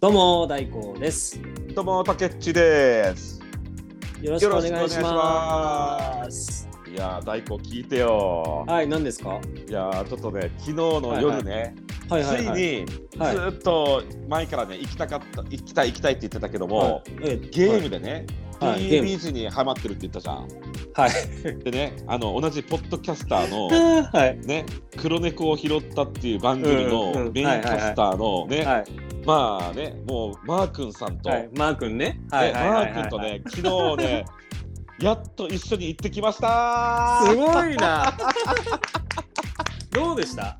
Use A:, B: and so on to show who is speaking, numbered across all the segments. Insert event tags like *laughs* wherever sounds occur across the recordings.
A: どうも大光です。
B: どうも、たけっちです。
A: よろしくお願いし
B: よろしくお願
A: ます。
B: いやー、大根聞いてよ。
A: はい、何ですか。はい
B: いやー、ちょっとね、昨日の夜ね、
A: はいはい。
B: ついに、
A: はい
B: ずーっと前からね、行きたかった、行きたい、行きたいって言ってたけども、
A: はいえ
B: ゲームでね、
A: はいはいゲーム
B: TBS にハマってるって言ったじゃん。
A: はい。
B: でね、あの同じポッドキャスターの
A: はい。
B: ね、黒猫を拾ったっていう番組
A: うんうん
B: のメインキャスターのね、
A: はい。
B: まあね、もうマー君さんと、
A: はい。マー君ね。
B: ね
A: はい。はい
B: マ
A: はい
B: ー君と
A: はい
B: ね、昨日ね、 *laughs* やっと一緒に行ってきましたー
A: すごい
B: *laughs*
A: な。どうでした。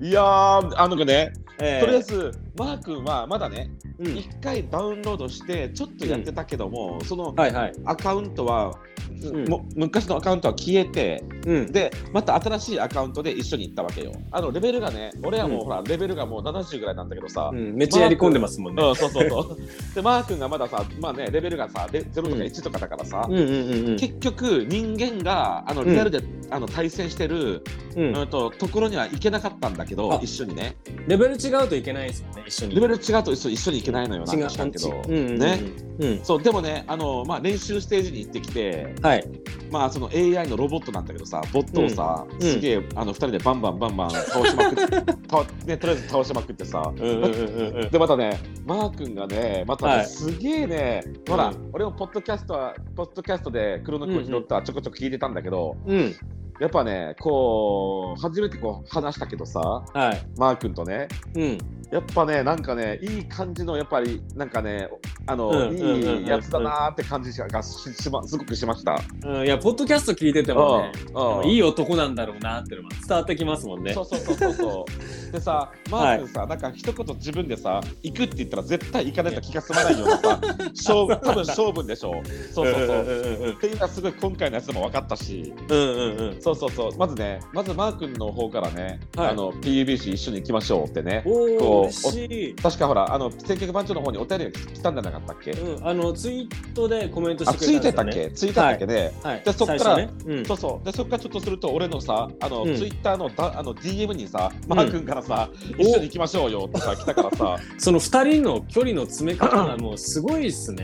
B: いやー、あのね、
A: え
B: とりあえず、マー君はまだね、
A: うん
B: 1回ダウンロードして、ちょっとやってたけども、その
A: はいはい。
B: アカウント
A: う
B: は、
A: ん
B: も昔のアカウントは消えて、
A: うん。
B: で、また新しいアカウントで一緒に行ったわけよ。あのレベルがね、俺はもう、
A: うん
B: ほら、レベルがもう70ぐらいなんだけどさ
A: う。ん、めっちゃやり込んでますもんね。
B: うん、そうそうそう。で、マー君がまださ、まあね、レベルがさ、で0とか1とかだからさ、
A: うんうんうんうん。
B: 結局人間があの
A: うん
B: リアルで、あの対戦してる、
A: うん
B: うん、とところには行けなかったんだけ
A: あ
B: ど一緒にね
A: レベル違うといけないですよね。一緒に。
B: レベル違うと一緒一緒に行けないのよなん
A: 違
B: か
A: う
B: 知らんけど、
A: うんうんうん。
B: ね
A: うん。
B: そうでもねあの、まあ、練習ステージに行ってきて、
A: はい。
B: まあ、その AI のロボットなんだけどさボットをさ、
A: ん
B: すげえあの2人でバンバンバンバン倒しまくって
A: *laughs*
B: 倒ね、とりあえず倒しまくってさ
A: うんうんうんうん。
B: でまたねマー君がねまたね、
A: はい
B: すげえねほら、
A: うん
B: 俺もポッドキャストはポッドキャストで黒の子拾ったちょこちょこ聞いてたんだけど、
A: うん。
B: やっぱねこう初めてこう話したけどさ
A: はい。
B: マー君とね
A: うん。
B: やっぱねなんかねいい感じのやっぱりなんかねあの、
A: うんうんうんうん
B: いいやつだなーって感じがししますごくしました。
A: うん、いや、ポッドキャスト聞いててもね、
B: うんうん
A: いい男なんだろうなっていうのが伝わってきますもんね
B: そ。うそうそうそうそ
A: *laughs*
B: う。でさ、マー君さ、なんか一言自分でさ、行くって言ったら絶対行かないと気が済まないようなさ、
A: *laughs*
B: 勝負多分勝負でしょう。そうそうそう。っていうのはすごい今回のやつでも分かったし、
A: うんうんうん。
B: そうそうそう。まずね、まずマー君の方からね、
A: はい
B: あの PUBC 一緒に行きましょうってね。
A: おお、
B: こう
A: 嬉しい。
B: 確かほら、あの、千客番長の方にお便りが来たんじゃなかったっけ、
A: うん、あのツイートでコメントし
B: あ、
A: て
B: つ
A: くれ
B: い
A: た
B: て
A: ん
B: たっ
A: ですよね。
B: けついてたっけね、
A: はい。
B: でそっから
A: 最初ね、
B: そうそう。で、そこからちょっとすると、俺のさ、あの、
A: うん
B: ツイッターのだあの DM にさ、
A: ん
B: マー君からさ、
A: お
B: 一緒に行きましょうよってさ、来たからさ、
A: うん、その二人の距離の詰め方がもうすごいっす
B: *laughs*
A: ね。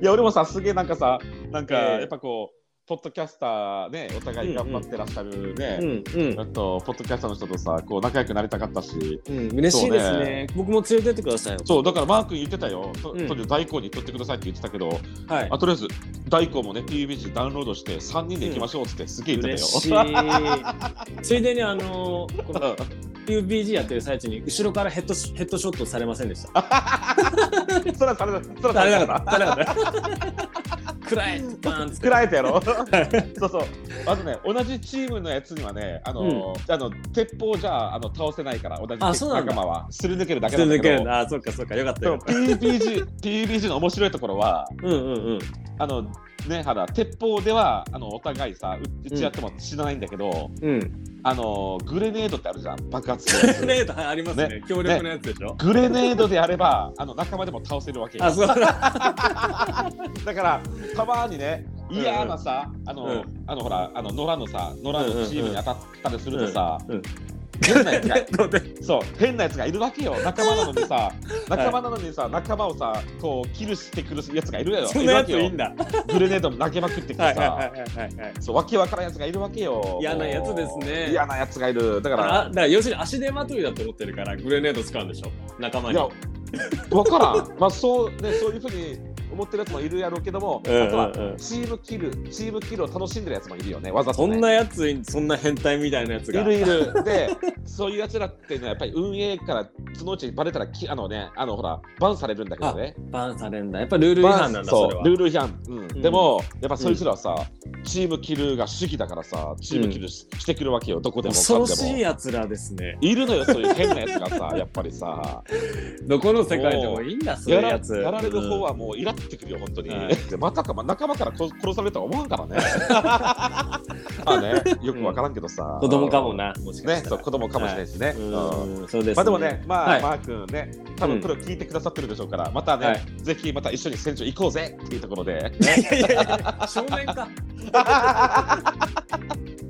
B: いや、俺もさ、すげえなんかさ、なんか、
A: ええ
B: やっぱこう、ポッドキャスターね、お互い頑張ってらっしゃるね
A: う、んうん
B: あと、ポッドキャスターの人とさ、こう、仲良くなりたかったし、
A: うん、嬉しいです
B: そう
A: ね
B: ね
A: 僕も連れてってくださいよ。
B: そう、だからマー君言ってたよ、と
A: うん
B: とりあえず大工に取ってくださいって言ってたけど、
A: はい
B: あ。とりあえず大工もね PUBG ダウンロードして3人で行きましょうっつってすげえ言って
A: 嬉
B: た
A: しい
B: よ。。 *laughs*
A: ついでにあのこの UBG やってる最中に後ろからヘッドシヘッドショットされませんでした。あれだか、
B: そらそれそらそれだから
A: あれだから。暗い、バーンっつって。
B: 作られたやろそうそうあとね同じチームのやつにはねあの、あの鉄砲じゃあの倒せないから同じ
A: あそうなんだ
B: 仲間はすり抜けるだけ
A: 全
B: なん
A: 然
B: だけ
A: け
B: ど
A: んだ。あ、そっかそっか、よかった
B: でも
A: よかっ
B: PUBG, PUBG の面白いところは
A: た。うんうんうん。
B: あのねはだ鉄砲ではあのお互いさう打ち合っても死なないんだけど、
A: うん。 *laughs*
B: あのグレネードってあるじゃん爆発す
A: グ
B: る
A: レ
B: やつ
A: ネードはいありますね。強力なやつでしょ。
B: グレネードであればあの仲間でも倒せるわけよ
A: あ、そうだ。
B: だからたまにね
A: んうん
B: 嫌なさ、あの、
A: う
B: あのほらあの野良のさ野良のチームに当たったりするとさ、
A: うんうん
B: 変なやつ
A: グ
B: が
A: *laughs* レネードで。
B: そう変なやつがいるわけよ仲間なのにさ仲間なのにさ、仲間をさこうキルしてくるやつがいるよ
A: そんなやつ
B: いる
A: い
B: わけ
A: い
B: よ
A: んだ。
B: グレネードも投げまくってきてさ、
A: はいはいはいはいはい。
B: そうわけわからんやつがいるわけよ
A: 嫌なやつですね
B: 嫌なやつがいるだ
A: だ
B: か
A: から、
B: ら
A: だから要するに足手まといだと思ってるから、グレネード使うんでしょ。仲間
B: い
A: に。
B: や
A: う
B: わからんまあそうねそういうふうに思ってるやつもいるやろうけど
A: ん
B: も、あとは
A: うんうん。
B: チームキルチームキルを楽しんでるやつもいるよねわざと
A: そ
B: ね
A: んなやつい、そんな変態みたいなやつ
B: い
A: が。
B: るいるでそういうやつらっていうのはやっぱり運営からそのうちバレたらきあのねあのほらバンされるんだけどね
A: バンされんだ。やっぱルール違
B: バ
A: 反
B: ン
A: なんだ、
B: そ
A: そうれは。
B: ルール違反、うん
A: ん
B: でもやっぱそいつらはさ、チームキルが主義だからさチームキルし,、てくるわけよどこでも
A: 恐
B: かん
A: ろ
B: で
A: しい
B: も
A: やつらですね。
B: いるのよそういう変なやつがさやっぱりさ
A: どこの世界でもいいんだ、 *laughs* そうい
B: や
A: う
B: ら
A: やつ。
B: やられる方はもうイラってくるよ本当に、
A: はい
B: でまたかま仲間から殺殺されるとは思わんか
A: *laughs*
B: らねまあねよくわからんけどさ、
A: 子供かもな、もしか
B: ね
A: した
B: そう
A: ら。
B: 子供かもしれないですね、うん
A: うん、そうです、ね。
B: まあでもね、まあ、
A: はい
B: マー君ね、多
A: うん
B: 分これを聞いてくださってるでしょうから、またね、
A: はい
B: ぜひまた一緒に戦場行こうぜっていうところで、
A: いやいやいや、正面
B: *laughs*
A: か。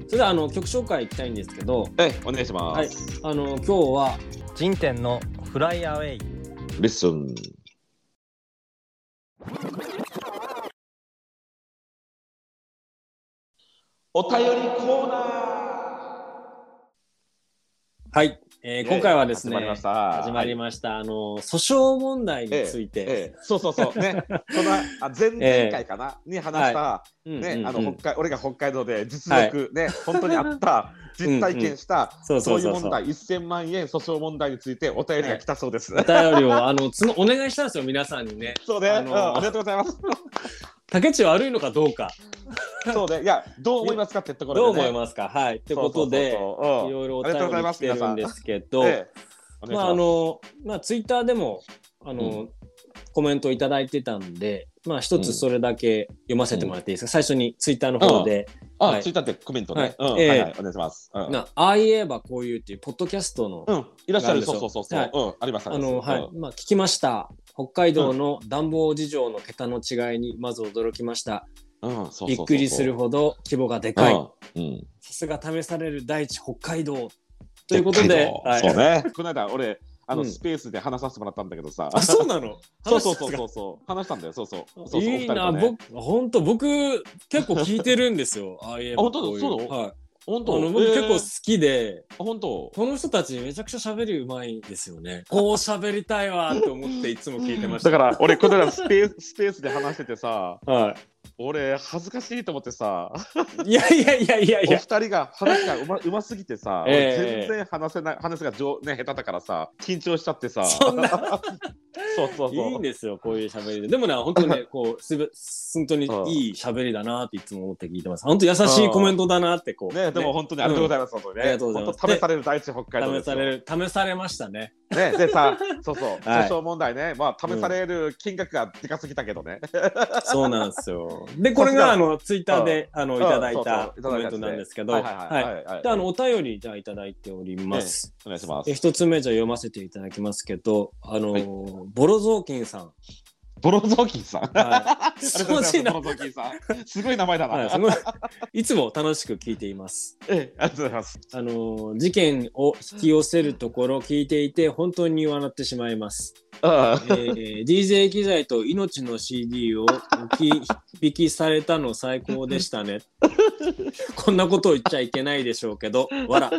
A: それではあの曲紹介いきたいんですけど、
B: えお願いします。
A: はいあの今日は
C: 人天のフライアウェイ。
B: レッスン。お便りコーナ
A: はい、え
B: ー。
A: ー今回はですね、
B: 始まりました。
A: 始まりました、あの訴訟問題について、
B: ええそうそうそう
A: *laughs*
B: ねこのあ前々回かな、に話した、
A: うん
B: ね、
A: うん
B: あ
A: うん
B: の北海俺が北海道で実力、ね本当にあった実体験した
A: そうそ
B: そうういう
A: そうそ
B: 問
A: う
B: 題1000万円訴訟問題についてお便りが来たそうで
A: *laughs*
B: す、
A: お便りをあのつのお願いしたんですよ皆さんにね
B: そうね、
A: あ
B: あ
A: の
B: うん、ありがとうございます *laughs*
A: 竹内悪いのかどうか
B: そうねいやどう思いますかってとこ
A: どう
B: ろで、ね、
A: 思いま
B: す
A: すかはいって
B: って
A: ことでい
B: ろ
A: ろいろお
B: あ
A: 便
B: りが
A: り
B: とうございま
A: 来
B: す
A: てるんですけど、
B: ええ
A: まああのまあツイッターでもあの、
B: う
A: コメントいただいてたんでまあ一つそれだけ読ませてもらっていいですか、最初にツイッターの方で、
B: あ、
A: はい
B: ツイッターでコメントね、
A: はい
B: うん
A: ええ
B: はいはいお願いします、うん
A: なああ言えばこういうっていうポッドキャストの、
B: うん、いらっしゃ
A: なんで
B: る
A: しょう
B: そうそうそうそう、
A: はい
B: うんあります
A: あのはい、まあ聞きました北海道の暖房事情の桁の違いにまず驚きました、びっくりする
B: ほ
A: ほど規模がでかい
B: うんうん
A: さすが試される第一北海道ということ
B: 北海
A: で
B: 道、
A: はい
B: そ
A: *laughs*
B: うね。この間俺あの、
A: うん
B: スペースで話させてもらったんだけどさ。
A: あそうなの
B: そうそうそう
A: 話したんですか
B: そうそう話したんだよ。そうそう。そうそう
A: いいな、
B: お二人とね
A: 僕本当僕結構聞いてるんですよ *laughs* ああいえば
B: あ本当
A: こい
B: そう
A: はい、
B: 本
A: あ
B: 当。
A: の僕
B: えー
A: 結構好きで、
B: あ本当。
A: この人たちめちゃくちゃ喋りうまいですよねこう喋りたいわと思っていつも聞いてまし
B: だ
A: た
B: から俺この間スペーススペースで話しててさ、 *laughs*
A: は
B: 俺恥ずかしいと思ってさ、
A: い、いやいやいやいやい
B: お二
A: や
B: 人が話がうまうますぎてさ、
A: ええ
B: 俺全然話せない話が上ね下手だからさ緊張しちゃってさ。
A: そ
B: *laughs*
A: んな
B: そうそうそう。
A: いいんですよこういう喋りででもね本当にねこうすべ本当にいい喋りだなっていつも思って聞いてます本当優しいコメントだなってこう
B: ね、でも本当にありがとうございます。本当にね
A: ありがとうございます
B: 本当試される第一北海道で
A: 試
B: す
A: さ
B: よ
A: れる試されましたね
B: ね、
A: *laughs*
B: でさ、そうそう、
A: はい
B: 訴訟問題ね、まあ、試される金額がでかすぎたけどね。
A: そうなんですよ。で、これがあのツイッターであのいただい
B: うん
A: た
B: *laughs* そうそういた
A: コメ
B: だい
A: ント
B: たやつね
A: なんですけど、
B: はいはいは
A: はい
B: はい。
A: い。で、あのお便りじゃあいただいております。
B: お願いします
A: で、。一つ目じゃあ読ませていただきますけど、あのボロ雑巾さん。
B: ボロゾーキンさん。
A: *laughs* はい。
B: ありが
A: す
B: とう
A: ご
B: ござい
A: い
B: ま
A: な
B: すボ。ロゾーキンさん。すごい名前だ
A: はい、
B: な
A: す。ごい。いつも楽しく聞いています。
B: ええ、ありがとうございます。
A: あの事件を引き寄せるところ聞いていて本当に笑ってしまいます。
B: あ
A: えー DJ 機材と命の CD を置き引きされたの最高でした *laughs* ね。こんなことを言っちゃいけないでしょうけど、わら。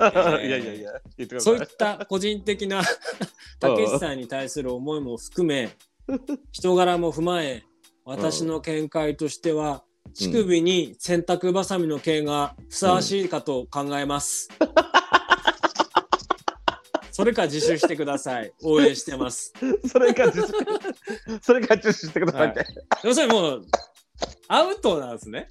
B: あいやいやいや、言ってくださ
A: そ
B: いう
A: いっ。た個人的な竹内さんに対する思いも含め、人柄も踏まえ、私の見解としては、乳首に洗濯ばさみの毛がふさわしいかと考え
B: *laughs*
A: ます。それか自首してください。応援してます。
B: *laughs* それが実、それが実施してくださいって。
A: 要するにもうアウトなんですね。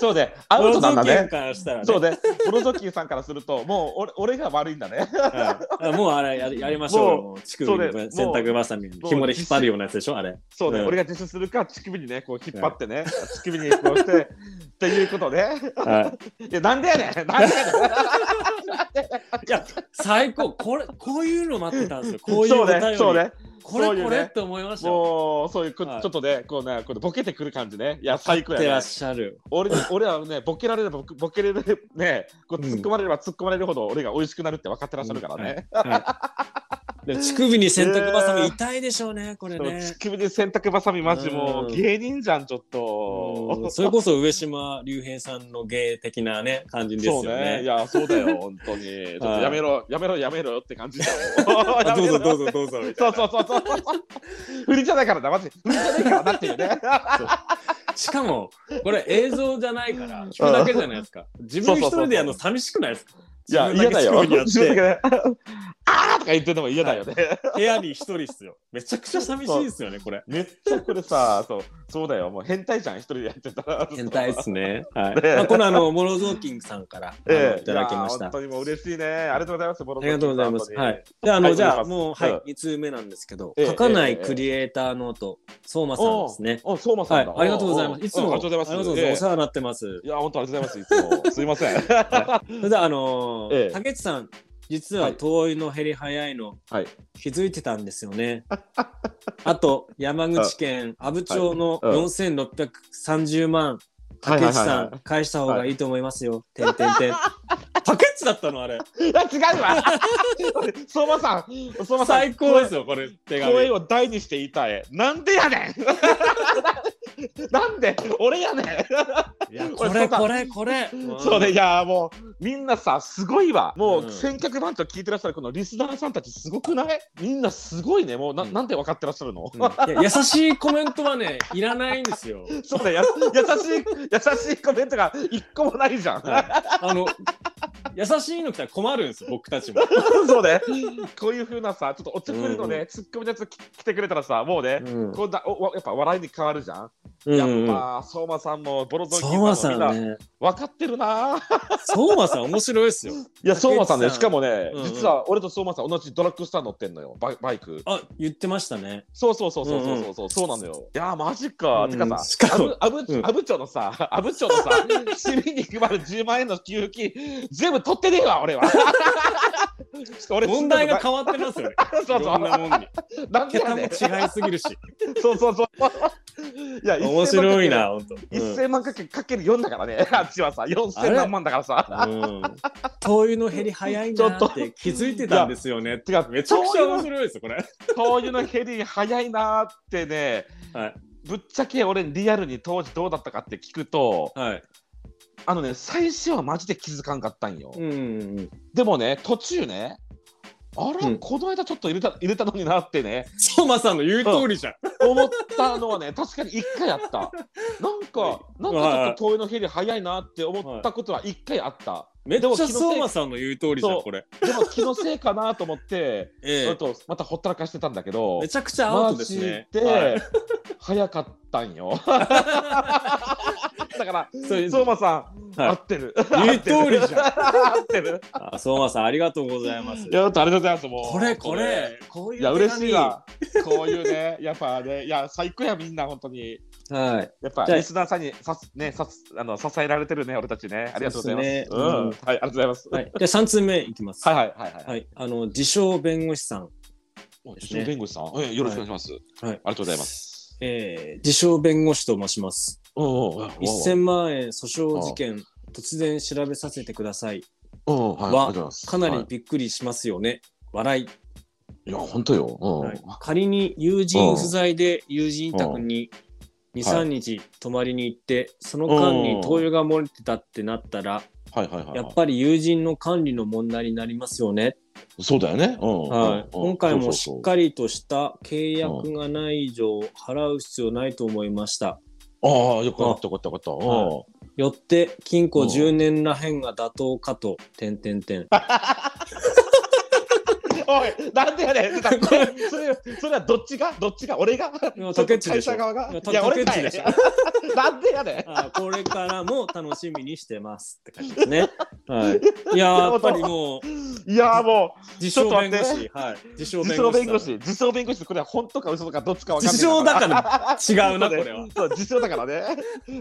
B: そうね、アウトなんだ
A: ボロ雑巾
B: ね。
A: からしたらね。
B: そうね、ボロゾーキンさんからすると、もう俺俺が悪いんだね。
A: はいもうあれやりやりましょうよ。
B: も
A: もう乳首
B: そう
A: に
B: ね
A: 洗濯ばさみ、紐で引っ張るようなやつでしょ、あれ。
B: そうね、
A: うん
B: 俺が実施するか、乳首にね、こう引っ張ってね、乳首にこうして、っていうことね。
A: はい
B: や、なんでやねんなんでやねん
A: い。いや、最高。これ、こういうの待ってたんです
B: *laughs*
A: よ。こういう
B: そ
A: お
B: う
A: 便り。
B: ね、そうね。
A: これ、
B: そういうね
A: これって思いましたよ。
B: もう、そういうこ、
A: はい
B: ちょっとね、こうね、こうボケてくる感じね。いや、最高
A: ってら
B: や
A: っ
B: ね。
A: しゃる。
B: 俺、俺はね、ボケられれば、ボケボケれる、ね、こう
A: うん
B: 突っ込まれれば突っ込まれるほど、俺が美味しくなるって分かってらっしゃるからね。
A: はいで乳首に洗濯ばさみ痛いでしょうね、これ
B: その
A: ね。
B: 乳首で洗濯ばさみ、マジも
A: う
B: うん芸人じゃん、ちょっ
A: うん
B: と。
A: それこそ上島竜兵さんの芸的なね、感じです
B: そ
A: よ
B: うね、い
A: ね。
B: や、そうだよ、本当に。ちょっとやめろ、やめろ、やめろよって感じだよ。
A: あどうぞどう
B: ぞ。
A: ぞどうぞみたいな
B: そうそうそうそう。振りじゃないからな、マジ。振りじゃないからなっていうね。
A: しかもこれ映像じゃないから聞くだけじゃないですか。自分一人でやるの寂しくないですか
B: いや、
A: *laughs* 自分
B: 嫌
A: だ
B: だ
A: け
B: よ。
A: 乳首にや
B: *laughs* 自分
A: って
B: だけねあーとか言ってるのも嫌だよね。
A: 部屋に一人っすよ。めちゃくちゃ寂しいですよねこれ。
B: めっちゃこれさ、そう、そうだよ。もう変態じゃん、一人でやってたら。
A: 変態っすね。はい。
B: ね
A: まあ、このあのモロゾーキンさんから、あ
B: え
A: の
B: え
A: いただきまし
B: いや
A: た。
B: ー本
A: あ
B: 当にもう嬉しいね。ありがとうございます。あ
A: りがとうございます。はい。。で、あ
B: は
A: の
B: い
A: じゃあ
B: お願いします
A: もうは
B: う
A: い
B: ん
A: 二通目なんですけど、
B: ええ
A: 書かないクリエイターノート相馬さんですね。
B: お、そうま
A: は
B: さん
A: い
B: だ。。
A: ありがとうございます。いつ
B: うん
A: も
B: ありがとうございます。
A: ありお世話になってます
B: ええ。いや、本当ありがとうございます。いつも。すいません。 *laughs*
A: それではあのー
B: ええ
A: 竹内さん実は遠いの減り早いの
B: はい。
A: 気づいてたんですよね。あと山口県阿武町の
B: はいうん
A: 4630万
B: はい
A: 竹
B: はいはい
A: 内さん返した方がいいと思いますよ。てんてんてん。竹つだったのあれ。
B: いや違うわ俺相馬さん相馬さん
A: 最高ですよ、これ。手
B: 声
A: 紙。
B: 声を大にして言いたいなんでやねん *laughs* なんで俺やねん
A: い
B: *laughs*
A: やこれ、これ、これ。
B: それいやもうみんなさすごいわも
A: うん
B: う千客万と聞いてらっしゃるこのリスナーさんたちすごくないみんなすごいねもうな,、
A: うん
B: ん、なんで分かってらっしゃるの、
A: うんいや優しいコメントはね、いらないんですよ。
B: そうだよ *laughs* 優しい優しいコメントが一個もないじゃん、
A: あの、優しいの来たら困るんです、僕たちも。
B: *laughs* そうねこういうふうなさちょっとおちょくりのね、
A: うん
B: ツッコミのやつき来てくれたらさもうね、
A: うん
B: こんなおわやっぱ笑いに変わるじゃん、
A: うん
B: やっぱ相馬さんもボロゾンキ
A: 相馬
B: ーさ
A: さ
B: んも
A: ん
B: みんな
A: ね。
B: 分かってるなぁ
A: 相馬さん面白いですよ。
B: いや相馬さんね
A: 竹内さん
B: しかもね、
A: うんうん
B: 実は俺と相馬さん同じドラッグスター乗ってんのよバイバイク
A: あ、言ってましたね。
B: そうそうそうそうそう
A: うん
B: そうそうそうなのよいやーマジか、
A: うん
B: てかさ
A: しかも
B: 阿武
A: うん
B: 阿武町のさ *laughs* 阿武町のさ市民に配る10万円の給付金全部取ってねえわ俺は俺
A: 問題が変わってますよね。
B: そう *laughs* そう
A: いろんなもんに。
B: *laughs* なんでや
A: 桁も
B: ねん
A: 違いす
B: *laughs*
A: ぎるし。
B: そうそうそういや
A: 面白いな、本当。うん
B: 1000万かけかける4だか
A: *laughs*
B: らね、あっちはさ、4000何万だからさ。
A: うん灯油の減り早いなって気づいてたんですよね。
B: てか、
A: めちゃくちゃ面白いですよ、これ。
B: 灯油の減り早いなーってね、
A: はい
B: ぶっちゃけ俺リアルに当時どうだったかって聞くと
A: はい。
B: あのね最初はマジで気づかんかったんよ、
A: うんうんうん。
B: でもね途中ねあら、
A: うん
B: この間ちょっと入れた入れたのになってね
A: 相馬さんの言う通りじゃん。
B: 思った
A: *laughs*
B: のはね確かに1回あったなんかなんかちょっと灯油の減り早いなって思ったことは1回あった、
A: めっちゃ
B: でも気のせい
A: 相馬さんの言う通りじゃん、これ。
B: でも気のせいかなと思って、
A: *laughs* え
B: ちょ
A: え
B: っとまたほったらかしてたんだけど
A: めちゃくちゃアウトですね。
B: マジ
A: は
B: で早かった
A: *laughs*
B: んよ。だから、
A: い、そういう
B: 相馬さん、
A: はい
B: 合ってる。
A: 言う通りじゃん。
B: ゃん。 *laughs* 合ってる。
A: あ相馬さん、ありがとうございます
B: い。や、ちょっとありがとうございます。もう
A: これ、こ。れ、こういう
B: いや、
A: 手紙
B: 嬉しいわ。こういうね、やっぱね、いや、最高や、みんな、本当に。
A: はい。
B: やっぱ、
A: じゃあ
B: リスナーさんに、さす、ね、さす、あの、支えられてるね、俺たちね。ありがとうございます。
A: そうですね
B: うん、
A: うん
B: はい、ありがとうございます。
A: はい、で、3通目いきます。
B: はい、はい、はい、はい。
A: はい、あの自称弁護士さん、
B: お一緒に弁護士さん、えよろしくお願いします。
A: はい
B: ありがとうございます。
A: えー、自称弁護士と申します。
B: おうおう、
A: 1000万円訴訟事件、突然調べさせてください。
B: おうはい、ありがとうございます。
A: かな
B: は
A: り
B: い。
A: びっくりしますよね。笑い。
B: いや、本当よ。うん。
A: はい仮に友人不在で友人宅に2、
B: は
A: 3
B: い
A: 日泊まりに行って、その間
B: う
A: に
B: ん
A: 灯油が漏れてたってなったら、
B: はいはいはいはい。
A: やっぱり友人の管理の問題になりますよね。
B: そうだよね。うん
A: はい、
B: うんうん
A: 今回もし
B: そう
A: っ
B: そう
A: かりとした契約がない以上払う必要ないと思いました。
B: そうああ、よかったよかったよかった。
A: はよって禁錮10年らへんが妥当かと、点点点。
B: うんおい、なんで
A: *laughs*
B: やねん。だ
A: これ
B: それ、それはどっちが、どっちが、俺が。
A: や竹内でしょ
B: 会社側が。
A: いや
B: いや、俺かい
A: 竹内でしょ *laughs*
B: なんでやねん。
A: あこれからも楽しみにしてますって感じですね。はい、いやーやっぱりもう
B: いや、も
A: 自称弁護
B: ちょっと待
A: 士、はい、自
B: う、
A: 称
B: 自
A: 弁
B: 称
A: 護士
B: 弁
A: さん
B: 護士、自称弁護士、これは本当か嘘とか、どっちかわかんない。
A: 自称だから
B: ら
A: 違うなこれは。
B: そう、自称だからね。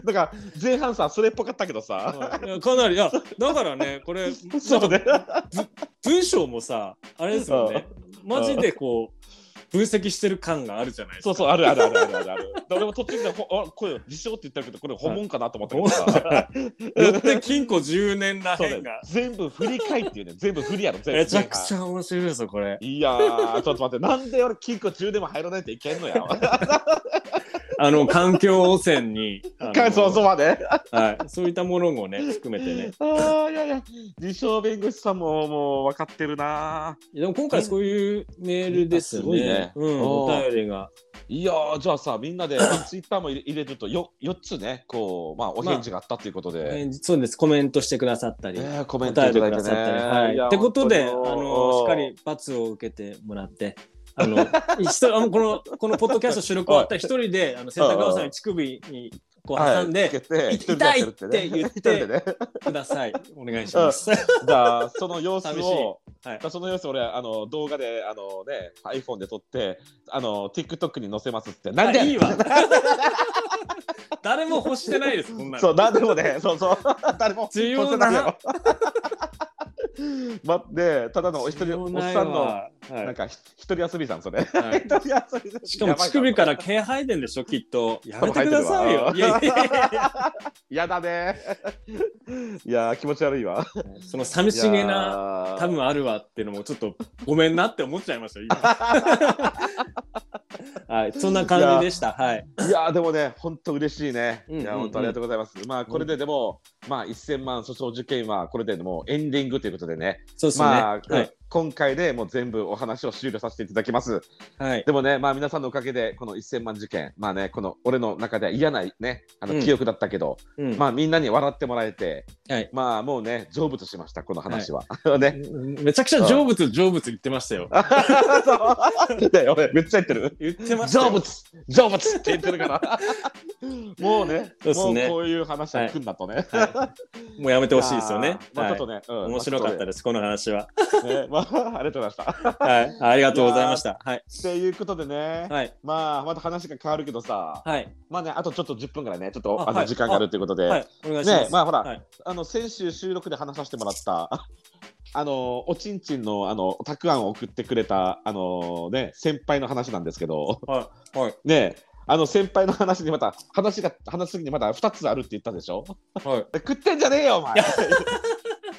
B: だから、前半さ、それっぽかったけどさ。
A: はいいやかなりいやだからねこれ
B: そうね。
A: 文章もさあれですよねマジでこう分析してる感があるじゃないです
B: そ
A: か
B: うそう、あるあるあるあるあるある。で俺も途中で、ほあ、これ、自称って言ったけど、これ、本物かなと思ったけどさ。
A: よって禁錮10年ら
B: そう
A: へ
B: だ
A: ん
B: よ
A: が
B: 全部振り返っていうね、全部振りやろ、全部。
A: めちゃくちゃ面白いですよこれ
B: いやー、ちょっと待って、なんで俺、金庫中でも入らないといけ
A: *laughs*
B: んのや。
A: あの環境汚染にあの
B: 感想そばで。
A: はい、そういったものもね含めてね
B: あーいやいや、自称弁護士さんももう分かってるな
A: でも今回そういうメールですよ
B: すごいね
A: ねうん、
B: お
A: お
B: ー
A: 便りが
B: ー。いやー、じゃあさ、みんなで、ツイッターも入れ入れるとよ、4つね、こう、まあ、お返事があったということで。
A: えーそうですコメントしてくださったり、
B: えーコメント
A: 答え
B: い
A: て
B: た
A: く
B: だい
A: だ
B: て
A: さ
B: ね。
A: ったり。はい、
B: や
A: ってことで、あ
B: 本当
A: のしっかり罰を受けてもらって。あの *laughs* 一人あのこのこのポッドキャスト収録終わったら一人であの洗濯ばさんに乳首にこう挟ん
B: はいつ
A: で
B: けて
A: い
B: 一人で
A: 痛
B: や
A: いって言って
B: るね一人でね
A: ください、お願いします。
B: じゃあその様子
A: 寂しい
B: を、
A: はい
B: その様子俺あの動画であのね iPhone で撮ってあの TikTok に載せますってなんで
A: あ *laughs* いいわ。誰も欲してないですこんなの。
B: *laughs* そうなんでもねそうそう誰も
A: 重
B: 載
A: 要
B: せ
A: な
B: ないよまでただのお一人おっさんの
C: はい
B: なんかひ一人遊びさんそれ。
C: はい
B: 一人遊びさ
A: *laughs*
B: ん
A: しかも乳首から毛生えてんでしょきっとやめてください
B: 多
A: よ
B: 分
A: い
B: 生
A: や
B: え
A: い
B: てる
A: や
B: わ
A: いやいや
B: やばいやばいやだね。 *laughs* いやー気持ち悪いわ。
A: その寂しげな
B: な
A: 多分あるわっていうのもちょっとごめんなって思っちゃいま
B: *laughs*
A: した今はいそんな感じでしたはい
B: いやーでもね、本当嬉しいね。
C: うん
B: いや
C: うん
B: 本当ありがとうございます。まあこれででも、まあ1000万訴訟受験はこれでもうエンディングということでね。
A: そうですね
B: ま
A: は
B: あ、
A: い
B: 今回でもう全部お話を終了させていただきます。
A: はい
B: でもね、まあ皆さんのおかげでこの1000万事件、まあね、この俺の中では嫌ないね、あ
A: う
B: の
A: ん
B: 記憶だったけど、
A: うん
B: まあみんなに笑ってもらえて、
A: はい
B: まあもうね、成仏しました、この話は。 *laughs*
A: *laughs*
B: ね。
A: めちゃくちゃ成仏成仏言ってましたよ
B: そうね俺めっちゃ言ってる。
A: 言ってました
B: 成
A: よ
B: 仏成仏って言ってるから。もうね、
A: そうっすね
B: もうこういう話は来んなとね。
A: もうやめてほしいですよね
B: あーまあちょっ
A: は
B: とね、うん
A: い面白かった
B: ま
A: ですこの話は
B: あちょっとね。ね *laughs* まあありがとうございました。
A: はいありがとうございましたはい
B: っていうことでね、
A: はい
B: まあまた話が変わるけどさ、
A: はい
B: まあね、あとちょっと10分ぐらいね、ちょっと
A: あ
B: あの
A: はい
B: 時間があるということで、
A: はいお願いしま
B: ね
A: す
B: まあほら、
A: はい
B: あの先週収録で話させてもらったああのおちんちんのあのたくあんを送ってくれたあのね先輩の話なんですけど
A: はいはい
B: ねあの先輩の話にまた話が話すぎにまた2つあるって言ったでしょ
A: はい
B: で食ってんじゃねえよ
A: *laughs*
B: お前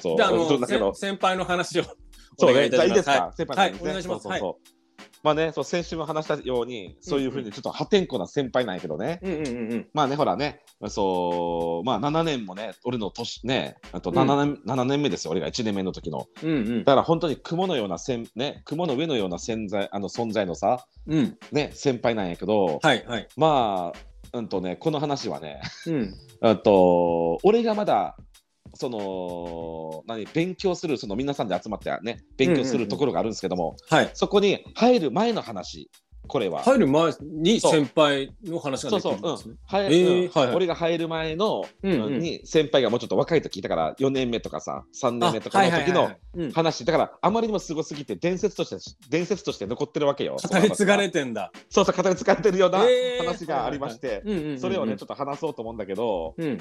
B: そう
A: じゃあ、あ
B: そうだけど
A: の、せ先輩の話をお
B: そう
A: 願い
B: ね
A: い
B: じゃあ
A: たしま。
B: いいですすか先輩
A: はい
B: の話ね
A: お願いします
B: そうそうそうまあねそう先週も話したようにそういうふうにちょっと破天荒な先輩なんやけどね、
A: はい。うんうんうんうん。
B: まあね、ほらね、そう、まあ7年もね、俺の年ね、あと
A: うん
B: 7年、7年目ですよ、俺が1年目の時の。
A: うん
B: だから本当に雲のようなせん、ね、雲の上のような潜在、あの存在のさ、
A: うん。うん。
B: ね、先輩なんやけど、
A: はいはい。
B: まあ、うんとね、この話はね、 *laughs*
A: うん。
B: うんと、俺がまだ、その、何、勉強する、その皆さんで集まってね、勉強す
A: うんうんう
B: る
A: ん
B: ところがあるんですけども、
A: はい。
B: そこに入る前の話、これは。
A: 入る前に
B: そう
A: 先輩の話が
B: そ
A: で
B: う
A: き
B: そう、
A: る
B: うんん
A: ですね。
B: は
A: えー
B: いうん
A: はいはい
B: 俺が入る前の、
A: うんうん
B: に先輩がもうちょっと若い時だから4年目とかさ3年目とかの時
A: あはいはいはいは
B: の
A: いうん
B: 話だからあまりにもすごすぎて伝説として伝説として残ってるわけよ。
A: 語り継がれ
B: て
A: てんだ。
B: そうそう語り継がれてるような
A: えー
B: 話がありまして、
A: うんうんうんうん。
B: それをねちょっと話そうと思うんだけど、
A: うん。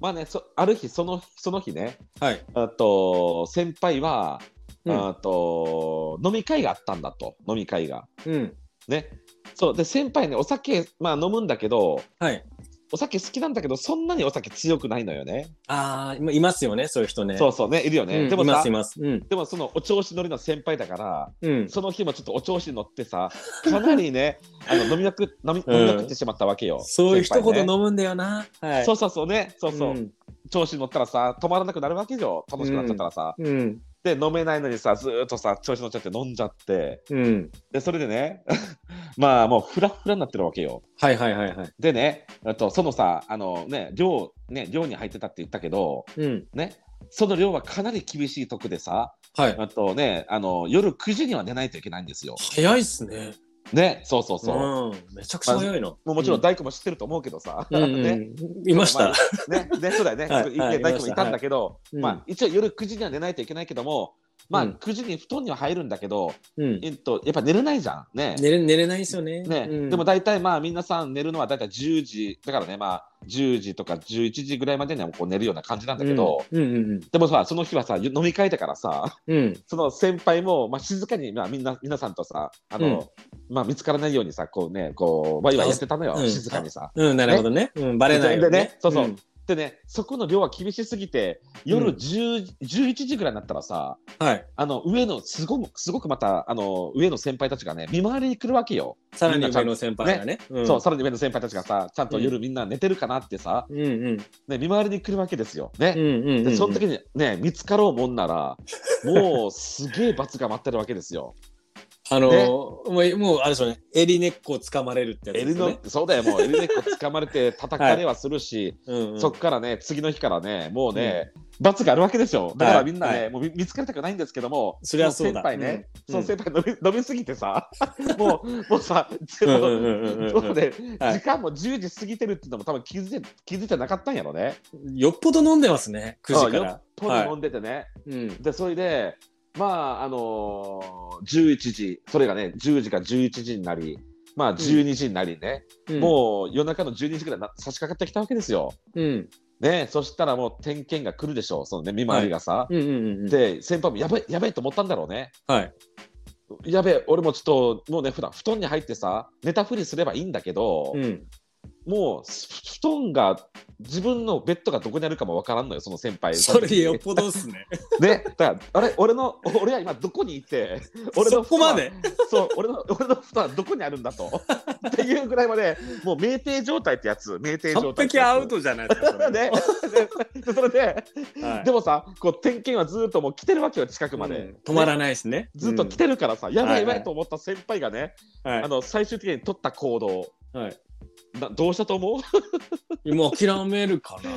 B: まあねそある日そのその日ね
A: はい。
B: あと先輩は、
A: うん
B: あと飲み会があったんだと飲み会が。
A: うん。
B: ねそうで先輩ねお酒、まあ、飲むんだけど
A: はい。
B: お酒好きなんだけどそんなにお酒強くないのよね。
A: ああ、今いますよね、そういう人ね。
B: そうそうねいるよね。
A: ね。
B: で
A: で
B: も
A: もいま
B: さ
A: すいます。うん。
B: でもそのお調子乗りの先輩だから
A: うん。
B: その日もちょっとお調子に乗ってさかなりね *laughs* あの飲みまく飲み
A: うん
B: 飲みまくってしまったわけよ、
A: そういう人ほど
B: む、
A: 飲むんだよな。はい。
B: そうそうそうねそうそう、
A: ん
B: 調子に乗ったらさ止まらなくなるわけよ楽しくなっちゃったらさ、
A: うん。
B: で飲めないのにさずーっとさ調子乗っちゃって飲んじゃって
A: うん。
B: でそれでね *laughs* まあもうフラフラになってるわけよ
A: はいはいはいはい。
B: でねあとそのさあのね寮ね寮に入ってたって言ったけど
A: うん。
B: ねその寮はかなり厳しいとこでさ
A: はい。
B: あとねあの夜9時には寝ないといけないんですよ
A: 早いっすね。
B: ねそうそうそう、
A: うん。めちゃくちゃ早いの。
B: もうもちろん
A: だ。
B: 大工も知ってると思うけどさ、
A: うんうん
B: ね
A: いました
B: ま。あねねそうだよね、
A: はい
B: すごい
A: はい
B: ね大工もいたんだけど、
A: い
B: ま
A: ましたはい
B: あ、一応夜9時には寝ないといけないけども、まあ、
A: うん
B: 9時に布団には入るんだけど、
A: うん。
B: えっと、やっぱ寝れないじゃんね。
A: 寝れ寝れないですよね。
B: ね
A: うん
B: でも大体まあ皆さん寝るのは大体10時だからねまあ10時とか11時ぐらいまでにはこう寝るような感じなんだけど、、
A: うんうん
B: でもさその日はさ飲み会だからさ
A: うんうん
B: その先輩も、まあ、静かに、まあ、みんな皆さんとさあの、まあ、見つからないようにさこうねこうワイワイやってたのよ、
A: うん
B: 静かにさ。
A: うん、なるほどね。うん、バレないように
B: でねそうそう
A: うん
B: でねそこの量は厳しすぎて夜
A: うん
B: 10 11時ぐらいになったらさ
A: はい。
B: あの上のすごくすごくまたあの上の先輩たちがね見回りに来るわけよ、
A: さらに上の先輩がね。ん
B: そうさらに上の先輩たちがさちゃんと夜
A: う
B: みんな寝てるかなってさ、
A: うんうん
B: ね、見回りに来るわけですよ
A: うん
B: ね、
A: うんうん。
B: でその時にね見つかろうもんならもうすげえ罰が待ってるわけですよ
A: あのー、もう、もうあれでしょうね。襟根っこ掴まれるってやつで
B: 襟
A: すよ
B: の
A: ね。
B: そうだよもう襟でこう掴ま
A: *laughs*
B: れて叩かれはするし、
A: うんうん
B: そっからね、次の日からね、もうね、罰があるわけですよ。だからみんなね、
A: は
B: もう見見つかりたくないんですけども、
A: そりゃそうだ
B: の先輩ね、
A: うん
B: その先輩飲み飲みすぎ
A: *laughs*
B: てさ、もう、もうさ、
A: う
B: も
A: んうんうんうんうん
B: うね、
A: はい
B: 時間も10時過ぎてるってのも多分気づいて気づいてなかったんやろね。
A: よっぽど飲んでますね、9時か
B: うんよ
A: ら
B: っ。ぽど飲んでてね。
A: うん。
B: で、それで、まあ、あのー、11時、それがね、10時から11時になり、まあ、12時になりね、
A: うん
B: もう夜中の12時ぐらいにな差し掛かってきたわけですよ。
A: うん。
B: ね、そしたらもう点検が来るでしょう、そのね、見回りがさ。
A: うんうんうんうん。
B: で、先輩もやばい、やばいと思ったんだろうね。
A: はい。
B: やべえ、俺もちょっと、もうね、普段布団に入ってさ、寝たふりすればいいんだけど、
A: うん。
B: もうふ布団が、自分のベッドがどこにあるかもわからんのよ、その先輩。
A: それよっぽどっすね。
B: ね、だから、あれ、俺の、俺は今どこにい
A: *laughs*
B: て、 *laughs* 俺
A: そ
B: の
A: こ
B: 布団は
A: まで。
B: そう、俺の、俺の布団はどこにあるんだと。っていうぐらいまで、もう酩酊状態ってやつ、酩酊状
A: 完
B: 態って
A: 璧
B: やつ。
A: アウトじゃないですか。それ
B: *laughs*
A: *laughs*
B: ね、でそれで、
A: はい
B: でもさ、こう点検はずっともう来てるわけよ、近くまで。
A: うん止まらないですね。
B: ずっと来てるからさ、やばいやばいと思った先輩がね、
A: うん。はい
B: あ。の最終的に取った行動
A: はい
B: などうしたと思
A: もう諦めるかな。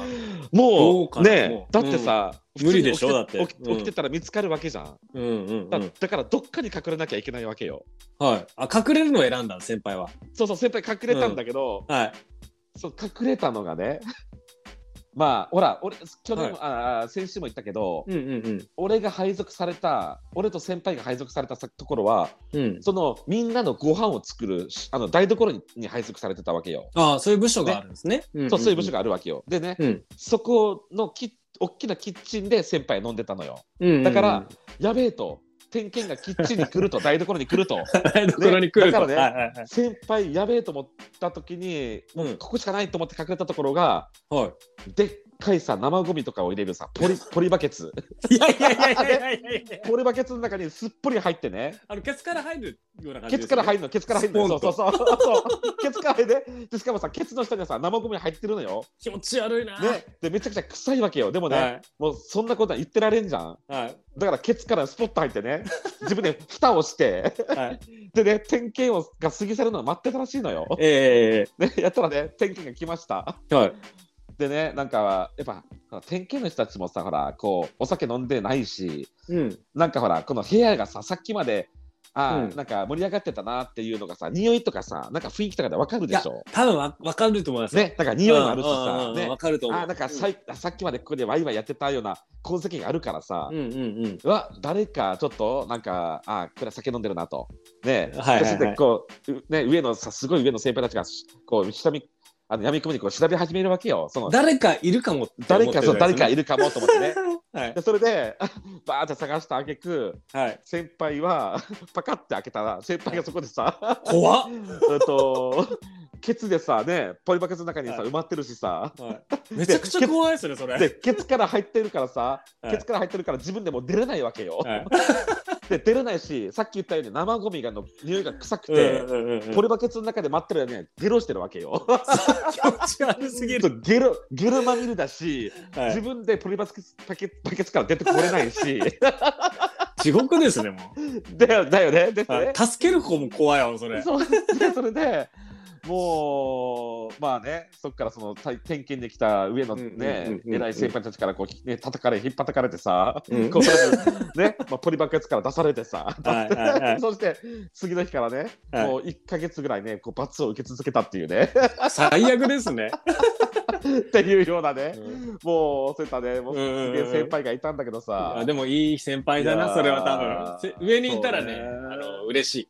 A: *laughs*
B: う
A: ど
B: も
A: うか
B: う
A: な
B: ね
A: もう
B: だってさ、
A: うん無理でしょ
B: 普通に起き
A: だって
B: 起き
A: うん
B: 起きてたら見つかるわけじゃん、
A: うんうんう
B: だ
A: ん。
B: だからどっかに隠れなきゃいけないわけよ
A: はい。あ、隠れるのを選んだの先輩は。
B: そうそう先輩隠れたんだけど、
A: はい。
B: そう隠れたのがね *laughs* まあほら俺去年も、ああ先週も言ったけど、
A: うんうん
B: 俺が配属された俺と先輩が配属されたさところは
A: うん。うん。
B: そのみんなのご飯を作るしあの台所にに配属されてたわけよ、
A: ああ、そういう部署があるんですね。んんん
B: そうそういう部署。があるわけよでね、
A: うん
B: そこのき大きなキッチンで先輩飲んでたのよ。
A: うんうんうん
B: だ
A: *laughs*
B: から、やべえと、点検がキッチンに来ると、台所に来ると、
A: 台所に来ると。
B: ねだ
A: は
B: か
A: いはいはい
B: 先輩、やべえと思った時に、もうここしかないと思って隠れたところが、
A: は
B: でっかいさ、生ゴミとかを入れるさ、
A: *laughs*
B: ポリポリバケツ、
A: い。いやいやいやいやいやいや。
B: ポリバケツの中にすっぽり入ってね、
A: あのケツから入るような感じ
B: ケ
A: で
B: ツ
A: すよね。
B: から入るの、ケツから入るの、そう
A: スポ
B: そう
A: ンと
B: そう、そうケツから入るねで、しかもさ、ケツの下にはさ、生ゴミ入ってるのよ、
A: 気持ち悪いな。
B: ね、で、めちゃくちゃ臭いわけよ、でもね、
A: はい
B: もうそんなことは言ってられんじゃん。
A: はい
B: だからケツからスポッと入ってね、自分で蓋をして、 *laughs*
A: はい。
B: でね、点検をが過ぎ去るのを待ってたらしいのよ。
A: え
B: ね、やったらね、点検が来ました。
A: え。はい。
B: でね、なんか、やっぱ、点検の人たちもさ、ほら、こう、お酒飲んでないし、
A: うん。
B: なんかほら、この部屋がさ、さっきまで、ああ、
A: うん
B: なんか盛り上がってたなっていうのがさ、匂いとかさ、なんか雰囲気とかでわかるでしょ。
A: 多分わわかると思いますよ。
B: ね、なんか匂いもあるし
A: うんうん
B: さ
A: う、ん
B: ね
A: わ、かると
B: あ
A: 思う。
B: ーなんかさいさっきまでここでワイワイやってたような痕跡があるからさ、
A: うんうんうん。
B: うわ誰かちょっとなんかあこれは酒飲んでるなとね
A: はいはいはい
B: そしてこううね上のさすごい上の先輩たちがしこう下みあの闇雲にこう調べ始めるわけよその
A: 誰かいるかもって思って
B: 誰
A: る
B: かそう誰かい
A: る
B: るかもと思って
A: や
B: ね
A: つね。はい
B: でそれで *laughs* あバーって探した挙句
A: はい。
B: 先輩は *laughs* パカって開けたら先輩がそこでさ *laughs*
A: 怖っ。
B: えっとケツでさねポリバケツの中にさ
A: はい
B: 埋まってるしさ
A: はいめちゃくちゃ怖いですねそれ。
B: でケツから入ってるからさ
A: はい
B: ケツから入ってるから自分でもう出れないわけよ。
A: はい
B: で出れないしさっき言ったように生ゴミがの匂いが臭く
A: うん
B: て、
A: うんうんうん
B: ポリバケツの中で待ってるよねゲロしてるわけよ
A: 気持ち悪すぎる。
B: ゲロゲロまみれだし、
A: はい
B: 自分でポリバケツバケバケツから出てこれないし
A: 地獄ですねも
B: *laughs* だよだよねです
A: う。
B: ね、
A: はい助ける方も怖いわそれ。
B: そうでそれでもうまあねそっからその体点検できた上の
A: うんうんうん
B: ね
A: うん
B: 偉い先輩たちからこう、ね、叩かれ引っ叩かれてさ、
A: うん
B: こうとりあえずね、まあ、ポリバケツから出されてさ
A: はいはいはい
B: そして次の日からね、
A: はい
B: もう1か月ぐらいねこう罰を受け続けたっていうね *laughs*
A: 最悪ですね。
B: っていうようなね、
A: うん
B: もうそういったねもう
A: うんうんう
B: す
A: ん
B: げえ先輩がいたんだけどさ、
A: あでもいい先輩だ
B: いや
A: な
B: ー
A: それは多分せ。上にいたらね
B: そうね
A: あの嬉しい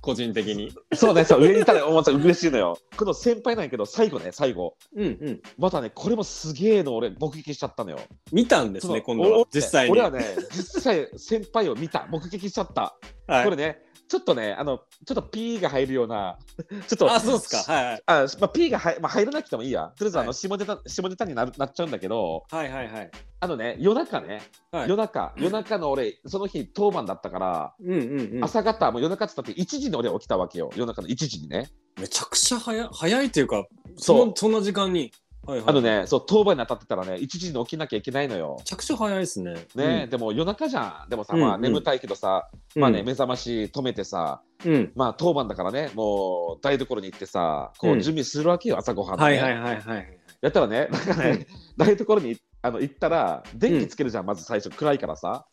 A: 個人的に。
B: そうねそう上にいたらおもちゃ嬉しいのよこの先輩なんやけど最後ね最後
A: うんうん。
B: またねこれもすげえの俺目撃しちゃったのよ
A: 見たんです
B: そう
A: ね今度は
B: お
A: 実際に。
B: 俺はね実際先輩を見た目撃しちゃった、
A: *laughs* はい
B: これねちょっとねあのちょっと P が入るような *laughs* ちょっと
A: あそうっすかはいはい。
B: あまあ、P が入,、まあ、入らなくてもいいやとりあえずあ
A: は
B: の
A: い
B: 下ネタ、下ネタになるなっちゃうんだけど
A: はいはいはい。
B: あのね夜中ね、
A: はい
B: 夜中夜中の俺その日当番だったから、
A: うんうんうん。
B: 朝方もう夜中っつったって1時に俺起きたわけよ夜中の1時にね
A: めちゃくちゃ早い早いというか
B: そう
A: そのそんな時間に。はいはい
B: あのねそう当番に当たってたらね1時に起きなきゃいけないのよ
A: め。ちゃくちゃ早いですね。
B: ねでも夜中じゃんでもさ、まあ、
A: うんうん
B: 眠たいけどさ、
A: うん、
B: まあね、目覚まし止めてさ、
A: うん。
B: まあ当番だからね、もう台所に行ってさ、こ
A: う
B: うん準備するわけよ、朝ごはん、ね
A: はいはいはいはい。
B: やったらね、 *laughs* なんかね、台所にあの行ったら、電気つけるじゃん、まず最初、暗いからさ。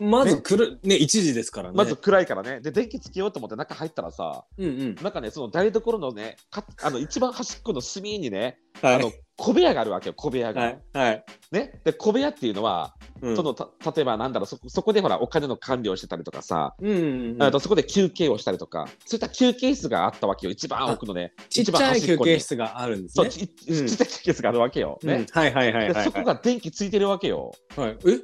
A: まずくる、ね、1時ですからね。
B: まず暗いからね。で、電気つけようと思って中入ったらさ、
A: うんうん。
B: なんかね、その台所のね、かあの一番端っこの隅にね、
A: はい、
B: あの小部屋があるわけよ、小部屋が。
A: はい、はい。
B: ね、で、小部屋っていうのは、
A: うん
B: そのた例えばなんだろうそ、そこでほら、お金の管理をしてたりとかさ、
A: うんうんうん
B: あとそこで休憩をしたりとか、そういった休憩室があったわけよ、一番奥のね、
A: ちっ
B: 一
A: ち
B: 番
A: ゃい
B: 端っ
A: 休
B: こに
A: 憩室があるんです
B: そう、
A: ね。
B: ちち
A: うん
B: っちゃい休憩室があるわけよ。
A: うん
B: ね、
A: はいはいはいはいは
B: で
A: い。
B: そこが電気ついてるわけよ。
A: はい。え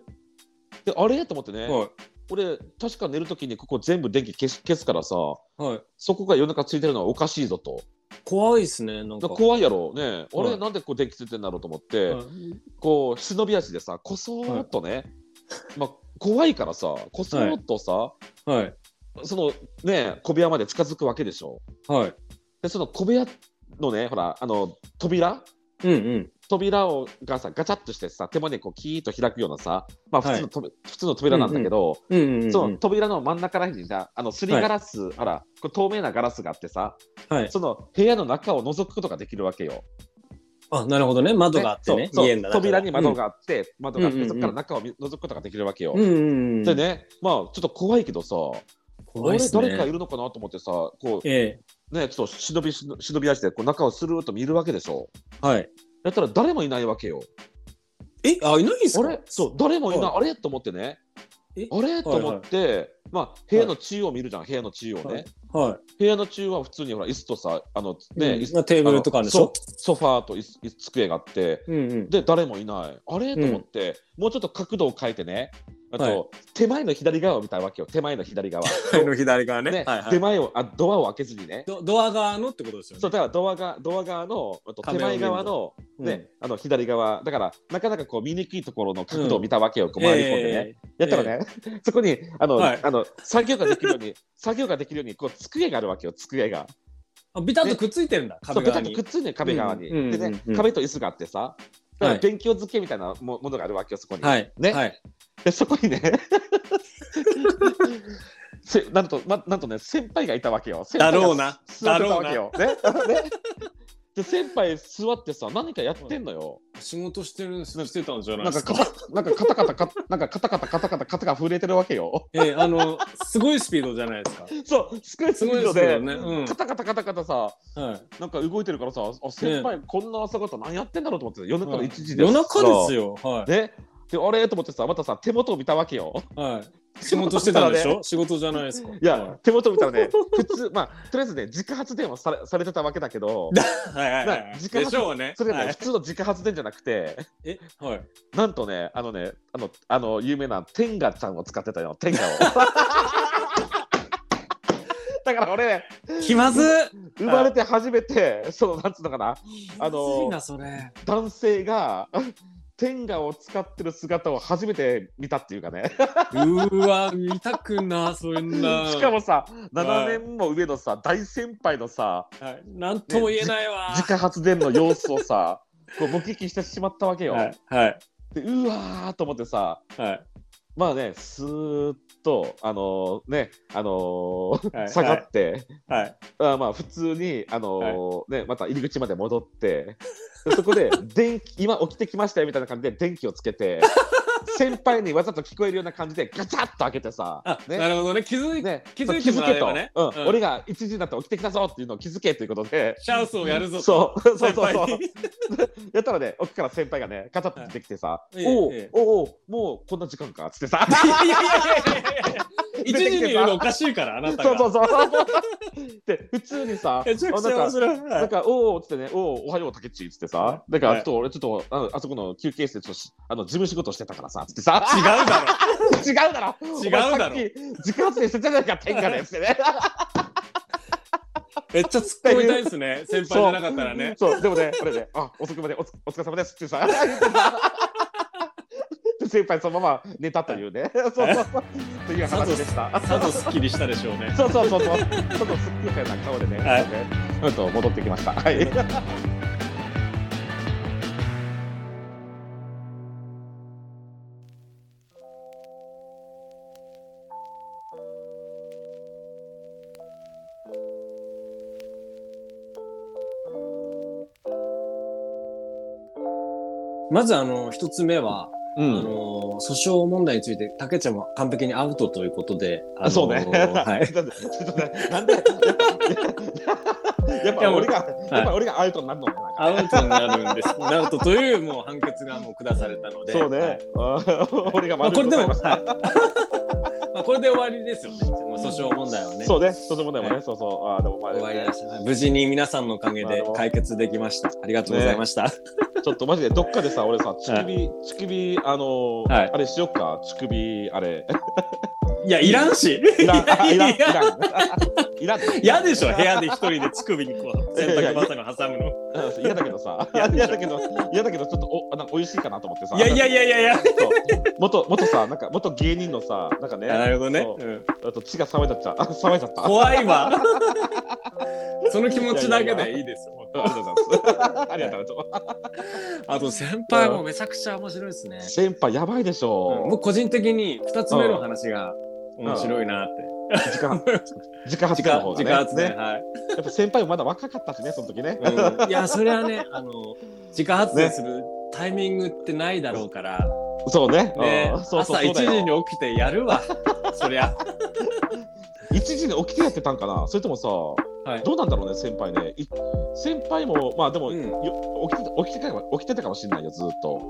B: で、あれと思ってね、
A: は
B: 俺、確か寝るときにここ全部電気消し消すからさ、
A: い。はい。
B: そこが夜中ついてるのはおかしいぞと。
A: 怖いですね、なん
B: だ
A: か。
B: から怖いやろ、ね、あ
A: は
B: れ、
A: い
B: なんでこう電気ついてんだろうと思って、
A: うん
B: こう、忍び足でさ、こそーっとね、まあ、怖いからさ、こそーっとさ、
A: はい。
B: そのね、小部屋まで近づくわけでしょ。
A: はい。
B: で、その小部屋のね、ほら、あの、扉
A: うんうん。
B: 扉をがさガチャッとしてさ手もねこうキーッと開くようなさ、まあ、
A: はい
B: 普通のと、普通の扉なんだけど、
A: うんうんうんうん。
B: その扉の真ん中らへんにさあのすりガラス、あらこう透明なガラスがあってさ
A: はい。
B: その部屋の中を覗くことができるわけよ。
A: あ、なるほどね。窓があってね。
B: そう
A: 家
B: そう
A: の中で
B: 扉に窓があって、窓があって、
A: うんうんうん
B: そこから中を見覗くことができるわけよ。
A: うんうんうんうん。
B: でねまあちょっと怖いけどさ、あ
A: 怖いっ
B: れ
A: すね。
B: 誰かいるのかなと思ってさこ
A: ええ。
B: うねちょっと忍び忍忍び出してこう中をスルーっと見るわけでしょ。
A: はい。
B: やったら誰もいないわけよ。
A: え、あ、いないんす
B: あ
A: か
B: れそう誰もいない、
A: は
B: あれと思ってね
A: え
B: あれと思って、まあ部屋の中央を見るじゃん、部屋の中央ね、
A: はいは
B: 部屋の中央は普通にほら椅子とさあの
A: い。
B: ね、
A: うん
B: 椅子
A: まあテーブルとかあるでしょ
B: あのそうソファーと椅子椅子机があって
A: うんうん。
B: で誰もいないあれと思って、もうちょっと角度を変えてねあと、
A: はい
B: 手前の左側を見たわけよ手前の左側
A: 前の左 *laughs* 側ね
B: ね、
A: はいはい
B: 手前をあドアを開けずにね
A: ドドア側のってことですよね。
B: そうだからドアがドア側のあと手前側の
A: うん
B: ね、あの左側だからなかなかこう見にくいところの角度を見たわけよ、こう回り込んでね、
A: ええ
B: やったらね、 *laughs* そこにあの、
A: はい
B: あの作業ができるように作業ができるようにこう机があるわけよ机が
A: あビタッとくっついてるんだ、
B: そう
A: 壁
B: ペ
A: 側
B: タッと
A: に
B: くっ。ついてる壁側に、
A: うんうん
B: でね、
A: うんうん
B: 壁と椅子があってさだか
A: は
B: ら
A: い
B: 勉強机みたいなもものがあるわけよそこに、
A: はい。
B: ね
A: はい。
B: でそこに
A: *laughs*
B: ねせなんと、ま、なんとね先輩がいたわけよ先輩が
A: だろうな
B: 座ってたわけよ、ねね *laughs* で先輩座ってさ何かやってんのよ、
A: 仕事してるんですしてたんじゃない
B: な
A: で
B: んか
A: す
B: カ
A: か。
B: タなんかカタカタカタなんかカタカタカタカタカタが震えてるわけよ。
A: ええあの、すごいスピードじゃないですか。
B: そう、すごいス
A: す
B: ピ
A: ごい
B: ー
A: で
B: ド
A: すよ
B: で、
A: ね。うん
B: カタカタカタカタさ、
A: はい。
B: なんか動いてるからさ、あ先輩こんな朝方何やってんだろうと思って、夜中の1時で、
A: 夜中です
B: よ。
A: よ。はい。
B: ね、であれと思ってさ、またさ手元を見たわけよ。
A: はい。仕事してたんでし
B: *laughs* 仕事
A: ょ仕事じゃないですか。
B: いや、
A: は
B: 手元見たらね、普通まあとりあえずね自家発電をされされてたわけだけど、
A: はいはいは。
B: ない時間
A: でしょうね。
B: それがね、
A: は
B: 普
A: い
B: 通の自家発電じゃなくて、
A: え、はい。
B: なんとねあのねあのあの有名な天ガちゃんを使ってたよ天
A: *laughs*
B: ガを。だから俺、ね、
A: 気まず
B: 生まれて初めて、そのなんつうのかな、あ
A: 気まず
B: の
A: いな、それ。
B: 男性が天下を使ってる姿を初めて見たっていうかね、
A: うーわ、見たくな、そんな。
B: *laughs* しかも
A: は
B: さ、7
A: い
B: 年も上のさ、大先輩のさ、
A: はい、なんとも言えないわ。
B: 自家発電の様子をさ、こう目撃してしまったわけよ。
A: はい。はい。
B: でうわーと思ってさ、
A: はい。
B: まあね、スーッと、あのーね、あのー
A: はい
B: 下がって、
A: はい。
B: あまあ普通に、あのーね、また入り口まで戻ってでそこで電気今起きてきましたよみたいな感じで電気をつけて先輩にわざと聞こえるような感じでガチャッと開けてさ
A: あ、
B: ね
A: なるほどね。気づい、
B: ね
A: 気づいてもらえばね
B: そう気づけと、う
A: う
B: ん
A: ん
B: 俺が1時になって起きてきたぞっていうのを気づけということで。
A: シャウスをやるぞと。
B: そうそうそうそ
A: 先
B: う
A: 輩に
B: やったらね奥から先輩がねガチャッと出てきてさ「
A: はいええ
B: おう
A: ええ
B: おうおうもうこんな時間か」っつってさ
A: いやいやいやいやいや。 *laughs* 一時にいるのおかしいから、あなたが。
B: そうそうそうで普通にさ
A: *laughs* めちゃくち
B: あ
A: ゃ
B: なんか
A: 面白い。は
B: なん
A: い
B: か、おおっつってね、おお、おはよう、たけっちっつってさ、だから、
A: はい
B: ちょっと俺、ちょっと、あのあそこの休憩室で、ちょっとし、あの、事務仕事してたからさ、つっ
A: *laughs*
B: てさ、
A: 違うだろ。
B: 違うだろ
A: 違うだろ
B: お前さっき、自家発電してたじゃないか、天下で、つってね。
A: めっちゃ突っ込みたいです
B: *laughs*
A: ね。先輩じゃなかったらね。
B: そう、でもね、俺ね、あ、遅くまでおつお疲れ様ですっ
A: *laughs*
B: てさ、言ってさで先輩そのまま寝たというね、そうそうそう、という話でした。
A: さぞすっきりしたでしょうね。
B: そうそうそう *laughs* そう、ちょっとすっきりしたような顔でね、
A: はい
B: うんと戻ってきました。はい。
A: まずあの一つ目は
B: う
A: あ
B: ん。
A: のー訴訟問題について、竹ちゃんは完璧にアウトということで、あのー
B: そうね。 *laughs*
A: はい。
B: ちょっとねなんで。 *laughs* やっぱ俺が、やっぱ俺がアウトになるのかな。
A: アウトになるんです。アウトというもう判決がもう下されたので。
B: そ
A: は
B: うね
A: い。
B: *laughs* 俺が
A: まあ、
B: 悪い
A: これでも、
B: と思いました
A: はい。 *laughs* まあ、これで終わりですよね。もう訴訟問題はね。
B: そうね。とてもね、
A: はい
B: そうそう。ああ、でもまあ
A: 終わり
B: ね
A: ました。無事に皆さんのおかげで解決できました。ありがとうございました。
B: ちょっとマジでどっかでさ、俺さ、乳首、乳首、あのー、
A: はい
B: あれしよっか、乳首、あれ。 *laughs*
A: いや、いらんし。
B: いらん、あいらん、い
A: いや
B: らん。 *laughs* いらん。
A: 嫌でしょ、部屋で一人で乳首にこ *laughs* う、洗濯バサミを挟むの。
B: うん嫌だけどさ、嫌だけど、嫌だけど、ちょっとお、なんか美味しいかなと思ってさ。
A: いやいやいやいやいや。
B: そう元元さなんか元芸人のさなんかね
A: なるほどね。
B: そう
A: うん
B: あと血が冷めたっ
A: *laughs*
B: ちゃあ冷めちゃったあ
A: 怖い *laughs* わ。その気持ちだけでいいですよ。
B: りがとうございますありが
A: *laughs*
B: とうございま
A: あと先輩もめちゃくちゃ面白いですね
B: す。先輩やばいでしょ、
A: 僕個人的に2つ目の話が面白いなって。
B: 時間時間発
A: 時
B: の
A: 間
B: 方が
A: 時
B: ね
A: 間圧ね。は
B: ね *laughs*
A: い。
B: やっぱ先輩もまだ若かったしねその時ね、
A: うんいやそれはねあの自家発電するタイミングってないだろうから、
B: そうね
A: ね
B: うんそうそう
A: 朝
B: そ
A: 1
B: うだ
A: 時
B: よ
A: に起きてやる
B: *laughs*
A: わそりゃ
B: 1時に起きてやってたんかなそれともさ、
A: い
B: どうなんだろうね先輩ねい先輩もまあでも、
A: うん
B: よ起きてた起きてたか起きてたかもしれないよずっと、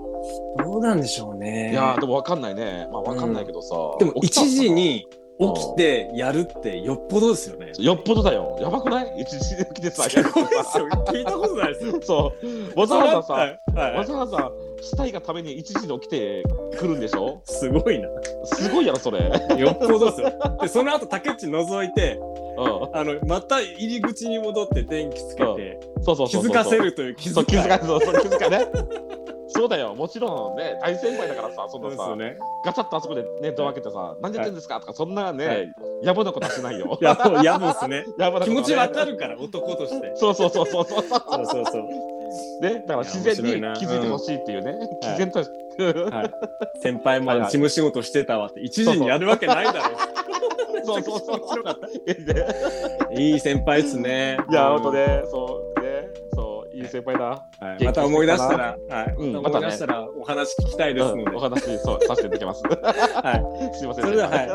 A: どうなんでしょうね
B: いやーでもわかんないねまあわかんないけどさ、
A: でも1
B: 起きたのかな
A: 時に起きてやるってよっぽどですよね
B: よっぽどだよ。やばくない一日で来てさ、
A: すごいですよ聞いたことないですよ
B: *laughs* そう。 *laughs* わざわざさ、
A: はいは
B: わ
A: い
B: ざわざしたいがために一時に起きてくるんでしょ
A: すごいな
B: すごいやろ、それ。
A: よっぽどですよでその後竹内覗いて
B: うん。
A: あのまた入り口に戻って電気つけて
B: そうそうそうそう。
A: 気づかせ。るという気
B: そ
A: づ
B: う、気づ
A: か
B: かせる。そうそう気づかね。そうだよ、もちろんね、大先輩だからさ、そん
A: そう
B: な
A: です
B: さ
A: よ、ね
B: ガチャッとあそこでね、ドア開けてさ、何やってんですかとか、そんな
A: は
B: ね
A: い、
B: 野暮なことはしないよ。
A: やぼやぼっすね
B: 野暮なことはね
A: 気持ちわかるから男として
B: そうそうそうそうそう。
A: そうそうそう。
B: ね、だから自然
A: いや面白い
B: に
A: な
B: 気づいてほしいっていうね、
A: うん
B: 自然と。
A: はい、先輩も
B: はいはい
A: 事務仕事してたわって、一時にやるわけないだろ
B: *laughs* そうそうそう。
A: 面白かっ
B: ね
A: う。いい先輩ですね。
B: いや、ほんとね、そう、ね、そう、いい先輩だ。
A: はいまた思い出したら、はい、
B: うん
A: また思い出したらお話聞きたいですので、
B: うんお話、そう、させていただきます。
A: *laughs*
B: *laughs* はい。すいません。
A: それでは、はい
B: い。、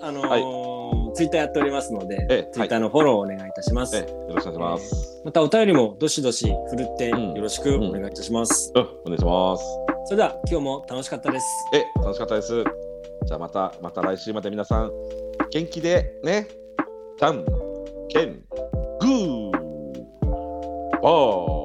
A: あのーツイッターやっておりますので、
B: ええ、
A: ツイ
B: はい
A: ッタ。ーのフォローをお願いいたします。
B: ええ、よろしくお願いします。
A: またお便りもどしどし振るって
B: うん
A: よろしくお願いいたします。
B: うん、お願いします。
A: それでは今日も楽しかったです。
B: え、楽しかったです。じゃあまた、また来週まで皆さん、元気でね、じゃんけん、グー、バー。